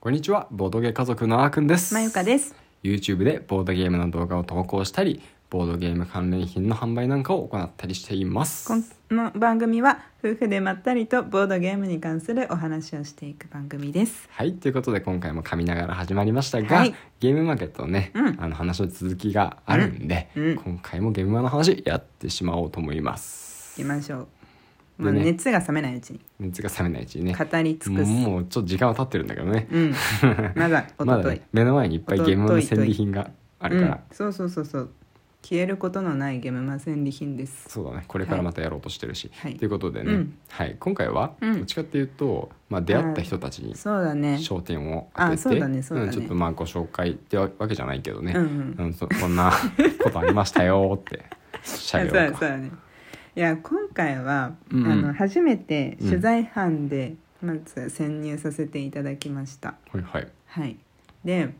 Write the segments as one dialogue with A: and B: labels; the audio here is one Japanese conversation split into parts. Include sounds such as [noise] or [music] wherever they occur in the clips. A: こんにちはボードゲー家族のあーくんです
B: まゆかです。
A: YouTube でボードゲームの動画を投稿したりボードゲーム関連品の販売なんかを行ったりしています
B: この番組は夫婦でまったりとボードゲームに関するお話をしていく番組です。
A: はいということで今回も噛みながら始まりましたが、
B: はい
A: ゲームマーケットのね、
B: うん
A: あの話の続きがあるんで、
B: うんうん
A: 今回もゲームマーの話やってしまおうと思います
B: 行きましょう。もう
A: でね
B: 熱が冷めないうちに
A: 熱が冷めないうちにね
B: 語り尽くす。
A: もうちょっと時間は経ってるんだけどね、
B: うん。まだお
A: [laughs] ま
B: と
A: だ
B: と
A: ね
B: い。
A: 目の前にいっぱい
B: おと
A: ゲームマーの戦
B: とい
A: 利品があるから、
B: うん。そうそうそうそう。消えることのないゲームマ戦利品です。
A: そうだねこれからまたやろうとしてるし、
B: はい
A: ということでね、
B: うん
A: はい、今回は
B: うん
A: どっちかっていうと、まあ、出会った人たちに
B: そうだね。
A: 焦点を当て
B: あ
A: て、
B: そうだねそうだ
A: ん
B: ね
A: ちょっとまあご紹介ってわけじゃないけどね、
B: うんうん
A: うんそこんなことありましたよ
B: [laughs]
A: ってしゃべ
B: あ
A: ろ
B: そう
A: う
B: だそう
A: か
B: だねいや今回は、
A: うんうん
B: あの初めて取材班でまず潜入させていただきました、
A: はいはい
B: はいで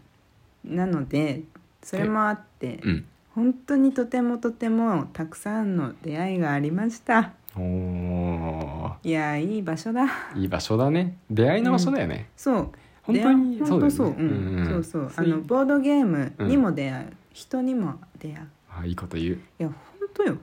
B: なのでそれもあって、
A: うん
B: 本当にとてもとてもたくさんの出会いがありました
A: お
B: いやいい場所だ
A: ーいい場所だね出会いの場所だよね、
B: そう
A: 本当に
B: 出会い
A: そうだよね
B: 本当そう,、うん
A: うんうん
B: そうそう
A: そ
B: あ
A: ういう
B: のボードゲームにも出会う、人にも出会う
A: あいいこと言う
B: いや本当
A: [laughs]
B: よ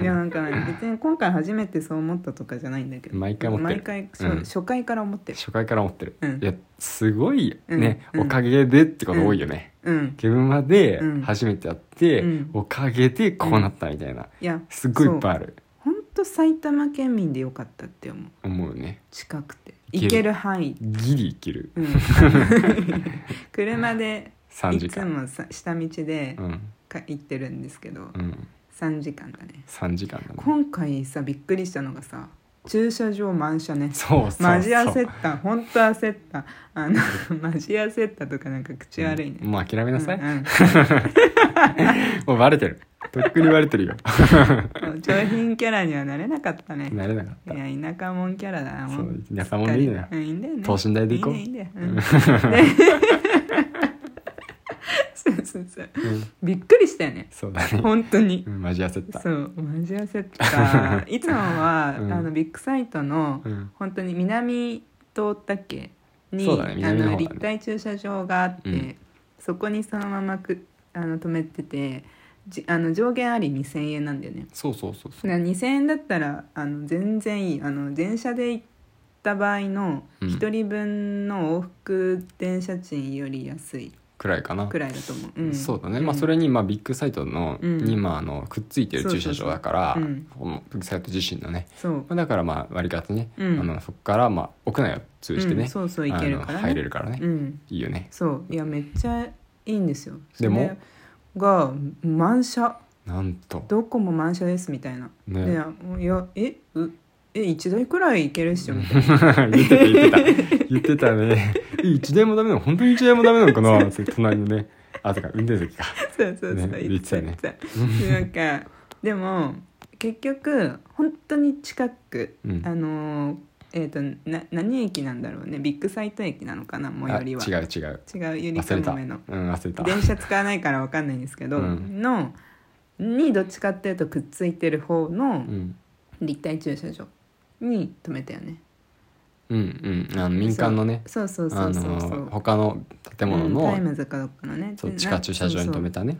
B: いやなんかね別に今回初めてそう思ったとかじゃないんだけど
A: 毎回思ってる
B: 毎回そう
A: うん
B: 初回から思ってる
A: 初回から思ってる、
B: うん
A: いやすごいね、
B: うんうん
A: おかげでってこと多いよね、
B: うん
A: ゲームまで
B: うん
A: 初めてやって、
B: うん
A: おかげでこうなったみたいな、
B: いや
A: すっごいいっぱいある
B: 本当埼玉県民でよかったって思う
A: 思うね
B: 近くて
A: 行
B: 行
A: ける
B: ける範囲
A: ギリいける [laughs]
B: うん [laughs] 車で
A: 3
B: い
A: 時
B: つ
A: 間
B: もさ下道で
A: うん
B: か行ってるんですけど
A: うん
B: 3時間だね
A: 3時間だね
B: 今回さびっくりしたのがさ駐車場満車ね
A: そうそうそう
B: マジ焦った本当焦ったあの [laughs] マジ焦ったとかなんか口悪いね、
A: もう諦めなさい、
B: うんうん
A: もうバレてるとっくにバレてるよ [laughs]
B: もう上品キャラにはなれなかったね
A: 慣れなかっ
B: い
A: た
B: や田舎もんキャラだなも
A: そう田舎もんでいいのよ
B: すっかりうんいいんだよね
A: 等身大でいこう
B: いいんだよいい
A: [laughs]
B: ん [laughs] だよ、うんでそうそうそう
A: うん
B: びっくりしたよね
A: そうだね
B: 本当に
A: うんマジ焦った
B: そうマジ焦
A: [laughs]
B: ったいつもは、
A: うん
B: あのビッグサイトの、
A: うん
B: 本当に南東だっけに、
A: そうだね
B: あ
A: 南の方だ
B: の
A: ね
B: 立体駐車場があって、
A: うん
B: そこにそのままくあの止めててじあの上限あり2,000円なんだよね
A: そうそうそう
B: だ
A: そ
B: か
A: う
B: ら2,000円だったらあの全然いいあの電車で行った場合の
A: うん
B: 1人分の往復電車賃より安い
A: くらいかな
B: くらいだと思う、ん
A: そうだね、まあ、それにまあビッグサイトの、
B: うん
A: にまああのくっついてる駐車場だから
B: そうそうそううん
A: このビッグサイト自身のね、
B: そう
A: まあ、だからまあ割りかつね、
B: うん
A: あのそこからまあ屋内を通じてね、
B: うんそうそう行けるからね
A: あの入れるからね、
B: うん
A: いいよね
B: そういやめっちゃいいんですよ
A: でも
B: それが満車
A: なんと
B: どこも満車ですみたいな、
A: ね
B: でもういやえうえ一台くらい行けるっしょ [laughs] みたい
A: [laughs]
B: な
A: 言ってた言ってた言ってたね一台もダメなの本当に一台もダメなのかなって隣のねあてか運転席か
B: そうそうそう、
A: ね
B: 言ってた
A: 言
B: 言
A: っ
B: っててたなんかでも結局本当に近く、
A: うん
B: あのーえっ、とな何駅なんだろうねビッグサイト駅なのかな最寄りは
A: あ違う違う
B: 違うゆり
A: 忘
B: か
A: れた
B: も
A: う
B: めの
A: ん忘れた
B: 電車使わないからわかんないんですけど、
A: うん
B: のにどっちかっていうとくっついてる方の
A: うん
B: 立体駐車場に止めたよね
A: うんうんあの民間のね
B: そうそう
A: あ
B: そうそうそう
A: の他の建物
B: うん
A: の、
B: タイムズかどっかのね
A: そう
B: で
A: 地下駐車場に止め
B: そうそう
A: たね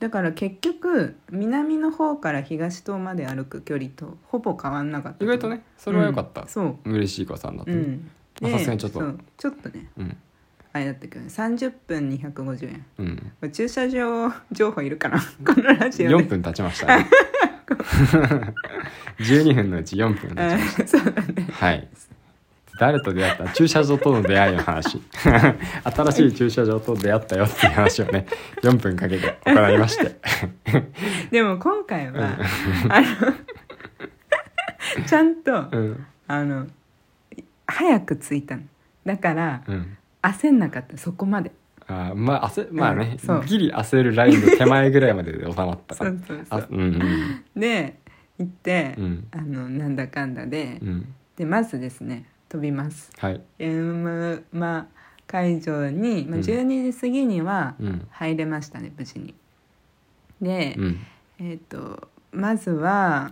B: だから結局南の方から東東まで歩く距離とほぼ変わんなかった
A: 意外とねそれは良かった
B: うん、そう
A: 嬉しい子さんだった
B: う
A: ね
B: ん
A: まあさすがにちょっと
B: そうちょっとね
A: うん
B: あれだったけどね30分250円
A: うん
B: これ駐車場情報いるかな [laughs] このラジオで
A: 4分経ちました
B: [laughs]
A: ね12分のうち4分経ちました
B: うん [laughs] そうだね
A: はい。誰と出会った駐車場との出会いの
B: [laughs]
A: 話新しい駐車場と出会ったよっていう話をね4分かけて行いまして
B: でも今回は、あの [laughs] ちゃんと、
A: うん
B: あのい早く着いたのだから
A: うん
B: 焦んなかったそこまで
A: あーまあ焦まあね、
B: そう
A: ギリ焦るラインの手前ぐらいまでで収まったか
B: そ
A: ら
B: うそうそ
A: あ
B: う
A: うんうん
B: で行って、
A: うん
B: あのなんだかんだで、
A: うん
B: でまずですね飛びます
A: はい
B: ゲームマ会場に、まあ、
A: うん
B: 12時過ぎには
A: うん
B: 入れましたね、無事にで、
A: うん
B: えっ、とまずは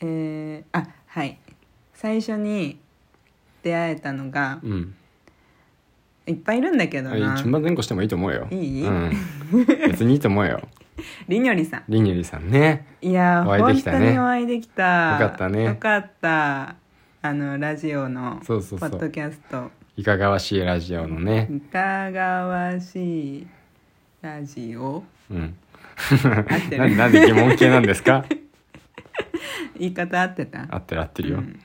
B: えー、あはい最初に出会えたのが、
A: うん
B: いっぱいいるんだけどな
A: 順番前後してもいいと思うよ
B: いい
A: うん、別にいいと思うよ
B: りにょりさん
A: りにゅりさんね
B: いやー
A: お会いできたね
B: 本当にお会いできた
A: よかったね
B: よかったあのラジオの
A: そうそうそ
B: ポッド
A: う
B: キャスト
A: いかがわしいラジオのね
B: いかがわしいラジオ
A: うん
B: 合って
A: な
B: る
A: なんで疑問系なんですか
B: 言い方合ってた
A: 合ってる合ってるよ、
B: [laughs] うん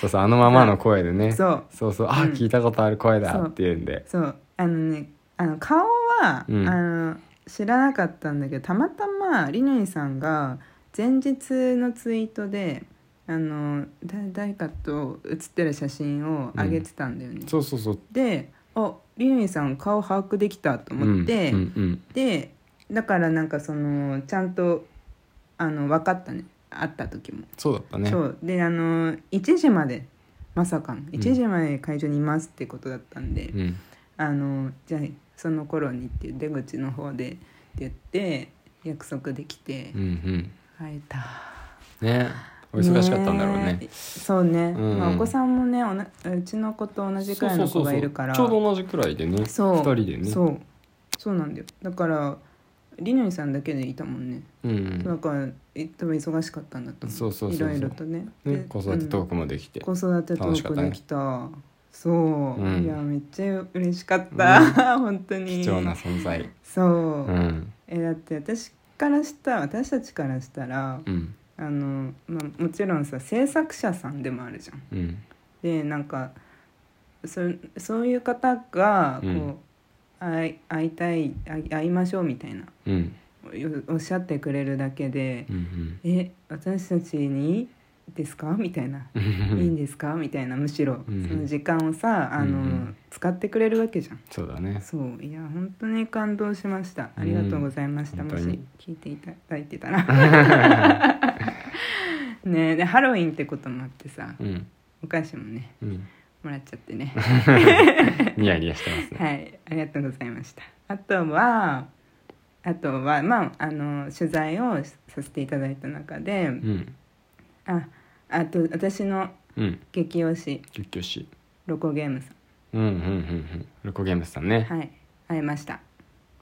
A: そうそうあのままの声でね
B: そう
A: そうそうあ、
B: うん
A: 聞いたことある声だ
B: そう
A: って言うんで
B: そうあのねあの顔は、
A: うん
B: あの知らなかったんだけどたまたまりのりさんが前日のツイートであのだ誰かと写ってる写真を上げてたんだよね、
A: そうそうそう
B: でありのりさん顔把握できたと思って、
A: うんうん
B: でだからなんかそのちゃんとあの分かったね会った時も、
A: そうだったね
B: そうであの1時までまさかの1時まで会場にいますってことだったんで、
A: うん、
B: あのじゃあその頃にっていう出口の方でって言って約束できて
A: うんうん
B: 会えた、
A: ねお忙しかったんだろうね
B: えそうね、
A: うん
B: まあ、お子さんもねおなうちの子と同じくらいの子がいるから
A: そうそうそうちょうど同じくらいでね二
B: そう
A: 人でね
B: そうそうなんだよだからりのりさんだけでいたもんね、
A: う、
B: だ
A: ん
B: からえ多分忙しかったんだと思う
A: そうそうそうそう
B: ろいろとねで
A: ね、子育てトークもできて、
B: 子育てト
A: 楽しか
B: ー
A: っ
B: ク
A: たね
B: できたそ
A: う
B: う、
A: ん
B: いやめっちゃ嬉しかった、 [laughs] 本当に
A: 貴重な存在
B: そ
A: う
B: う、
A: ん
B: えだって私からした私たちからしたら
A: うん
B: あの、まあ、もちろんさ制作者さんでもあるじゃん。
A: うん
B: でなんかそそういう方がこう、
A: うん
B: 会い会いたい会い会いましょうみたいな
A: うん
B: おおっしゃってくれるだけで
A: うんうん
B: 「え私たちにですか?」みたいな。
A: うん
B: いいんですかみたいなむしろそ
A: うん
B: の時間をさあの、
A: うんうん
B: 使ってくれるわけじゃん
A: そうだね
B: そういや本当に感動しましたありがとうございました、
A: うん
B: も
A: 本当
B: し
A: に
B: 聞いていただいてたら
A: [laughs]
B: ねえでハロウィンってこともあってさ
A: うん
B: お菓子もね
A: うん
B: もらっちゃってね
A: [laughs] ニヤニヤしてますね
B: はいありがとうございましたあとはあとはまああの取材をさせていただいた中で、
A: うん
B: ああと私の
A: うん
B: 激推し
A: 結局し
B: ロコゲームさ
A: うんうんうんうんルコゲームスさんね、
B: んはい会えました、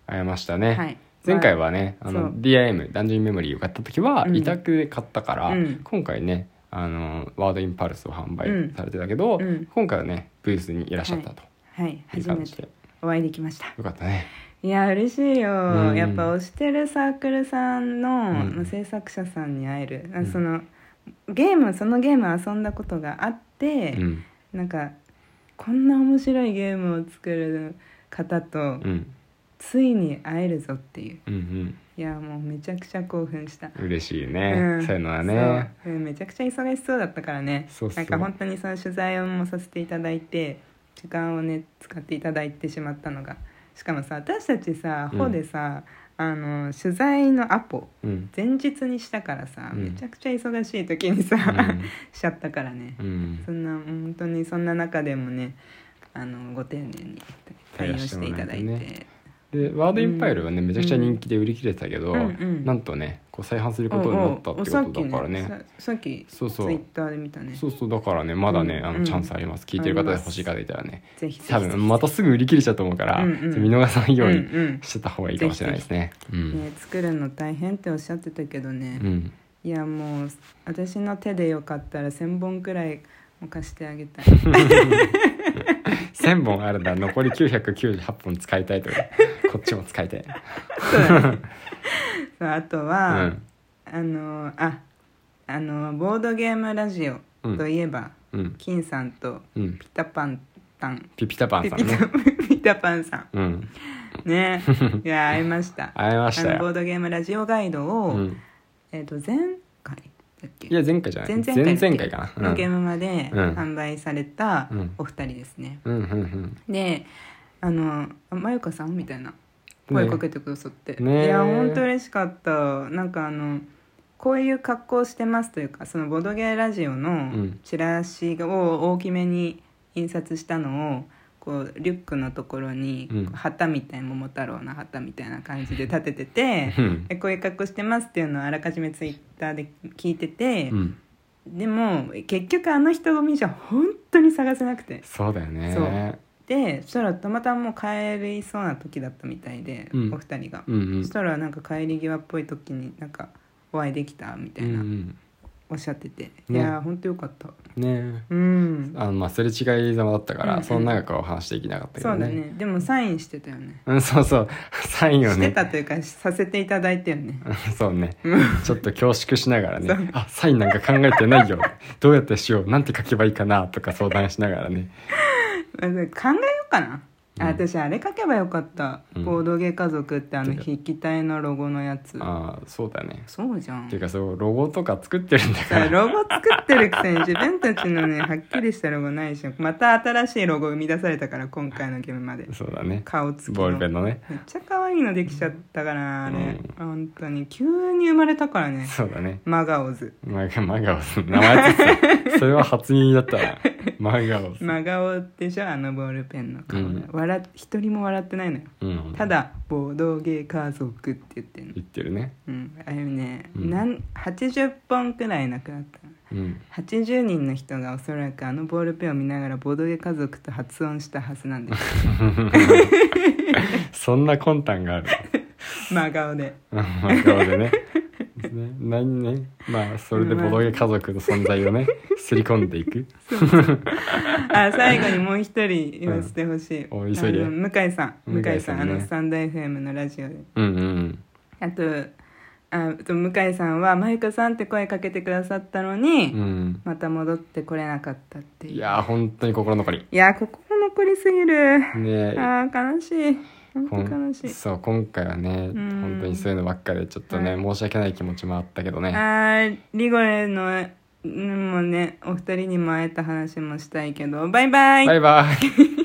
A: 会えましたね、
B: はい
A: 前回はねあ
B: そう
A: の DIM ダンジョンメモリーを買った時は
B: うん
A: 委託で買ったから、
B: うん
A: 今回ねあのワードインパルスを販
B: うん
A: 売されてたけど、
B: うん
A: 今回はねブースにいらっしゃったと
B: はい
A: い
B: 初
A: う感
B: め
A: じで、
B: てお会いできました
A: よかったね
B: いや嬉しいよ、
A: うん
B: やっぱ推してるサークルさんの、
A: うん
B: まあ制作者さんに会える、あ
A: うん
B: そのゲームそのゲーム遊んだことがあって、
A: うん
B: なんかこんな面白いゲームを作る方と
A: うん
B: ついに会えるぞっていう
A: うん
B: いやもうめちゃくちゃ興奮した、
A: うん嬉しいね、
B: ん
A: そういうのはね
B: そううんめちゃくちゃ忙しそうだったからね
A: そうそう
B: なんか本当にその取材をもさせていただいて時間をね使っていただいてしまったのがしかもさ私たちさ
A: うん
B: 方でさ、あの取材のアポ
A: うん
B: 前日にしたからさ、
A: うん
B: めちゃくちゃ忙しい時にさ、
A: うん
B: [laughs] しちゃったからね、
A: うん
B: そんな本当にそんな中でもねあのご丁寧に対応していただいて
A: 対応してもらえてでワードインパイルはね、めちゃくちゃ人気で売り切れてたけど、
B: うんうん
A: なんとねこう再販する
B: お
A: こ
B: う
A: とにな
B: お
A: ったっ
B: うお
A: て
B: さっ
A: こと
B: き
A: だからね
B: ねささっき
A: そうそう
B: ツイッターで見たね
A: そうそうだからねまだね、
B: うん
A: あ
B: う
A: の
B: ん
A: チャンスあります、聞いてる方で欲しい方いたらね
B: ぜひぜひ
A: 多分またすぐ売り切れちゃうと思うから、
B: うんうん
A: 見逃さないよう
B: うんうん
A: にしてた方がいいかもしれないですね。うん
B: ね、作るの大変っておっしゃってたけどね、
A: うん
B: いやもう私の手でよかったら1,000本くらいも貸してあげ
A: [laughs]
B: たい [laughs]
A: 1000本あるんだ残り998本使いたいとか [laughs] こっちも使いたい、
B: そうあと
A: う
B: は、
A: ん
B: あのああのボードゲームラジオといえば、
A: うん
B: 金さんと
A: うん、
B: ピタパンタン
A: ピピタパン
B: ピ
A: さ
B: ピ
A: んね
B: タ、ピタパンさ
A: うん、
B: んね
A: [laughs]
B: いや会えました
A: 会えました
B: あのボ
A: よ、
B: ードゲームラジオガイド
A: う
B: を、
A: ん、
B: えっ、と前回だっけ
A: いや前回じゃない
B: 前々回だっけ
A: 々回かな、
B: のゲームまで
A: うん
B: 販売された
A: うん
B: お二人ですね、
A: うん、うんうん
B: で「あのあまゆかさん?」みたいな
A: うん
B: 声かけてくださって、
A: ね
B: いや本当嬉しかったなんかあのこういう格好してますというかそのボドゲーラジオの
A: ん
B: チラシを大きめに印刷したのをこうリュックのところに
A: うん
B: こう旗みたいな桃太郎の旗みたいな感じで立ててて
A: うん
B: でこういう格好してますっていうのをあらかじめツイッターで聞いてて、
A: うん
B: でも結局あの人混みじゃ本当に探せなくて
A: そうだよ
B: そ
A: ね
B: でそしたらたまたまもう帰りそうな時だったみたいで、
A: うん
B: お二人が、
A: うんうん
B: そしたらなんか帰り際っぽい時になんかお会いできたみたいな、
A: うん
B: おっしゃってて、
A: ね
B: いやーほんとよかった
A: うんね
B: うん
A: あのまあすれ違いざまだったから、
B: うんうん
A: その長くはお話できなかったけ
B: そ
A: ど
B: うだ
A: ね
B: ねでもサインしてたよね
A: うんそうそうサインを
B: して
A: ね
B: たというかさせていただいたよね
A: うん [laughs] そうねちょっと恐縮しながらねあサインなんか考えてないよどうやってしようなんて書けばいいかなとか相談しながらね
B: あで考えようかな、あ
A: うん
B: 私あれ書けばよかった「
A: うん
B: ボードゲー家族」ってあの
A: てか
B: 筆記体のロゴのやつ
A: ああそうだね
B: そうじゃん
A: っていうかそうロゴとか作ってるんだか
B: さ
A: ら
B: ロゴ作ってるくせに自分たちのねはっきりしたロゴないしまた新しいロゴ生み出されたから今回のゲームまで
A: そうだね
B: 顔つき
A: ボールペンのね
B: めっちゃ可愛いのできちゃったからあれ、
A: うん
B: 本当に急に生まれたからね
A: そうだね
B: マガオズ
A: マガマガオス名前つって
B: [laughs]
A: たそれは初耳だったなマガオス、
B: マガオでしょあのボールペンの顔、
A: うん
B: 笑っ一人も笑ってないのよ
A: うん、
B: ただ「ボードゲー家族」って言ってんの
A: 言ってるね
B: うん、あれね、
A: うん
B: なん80本くらいなくなったの [laughs]
A: うん
B: 80人の人がおそらくあのボールペンを見ながらボードゲ家族と発音したはずなんです [laughs]
A: そんな魂胆 [laughs] がある
B: 真顔で
A: うん真顔でね [laughs] ですね何ねまあそれでボドゲ家族の存在を
B: [laughs]
A: ねすり込んでいく
B: あ最後にもう一人言わせてほしい、
A: うんお急いで
B: あの向井さん
A: 向
B: 向
A: 井さんね
B: 井さんあのスタンド FM のラジオで
A: うんうん
B: あとああと向井さんは「まゆかさん」って声かけてくださったのに、
A: うん
B: また戻ってこれなかったっていう
A: いやー本当に心残り
B: いやここも残りすぎる、
A: ね
B: あー悲しい
A: こ
B: 本当
A: ん
B: 悲しい
A: そう今回はね
B: ん
A: 本当にそういうのばっかでちょっとね、
B: はい
A: 申し訳ない気持ちもあったけどね
B: あーリゴレのもねお二人にも会えた話もしたいけどバイバイ
A: バイバイ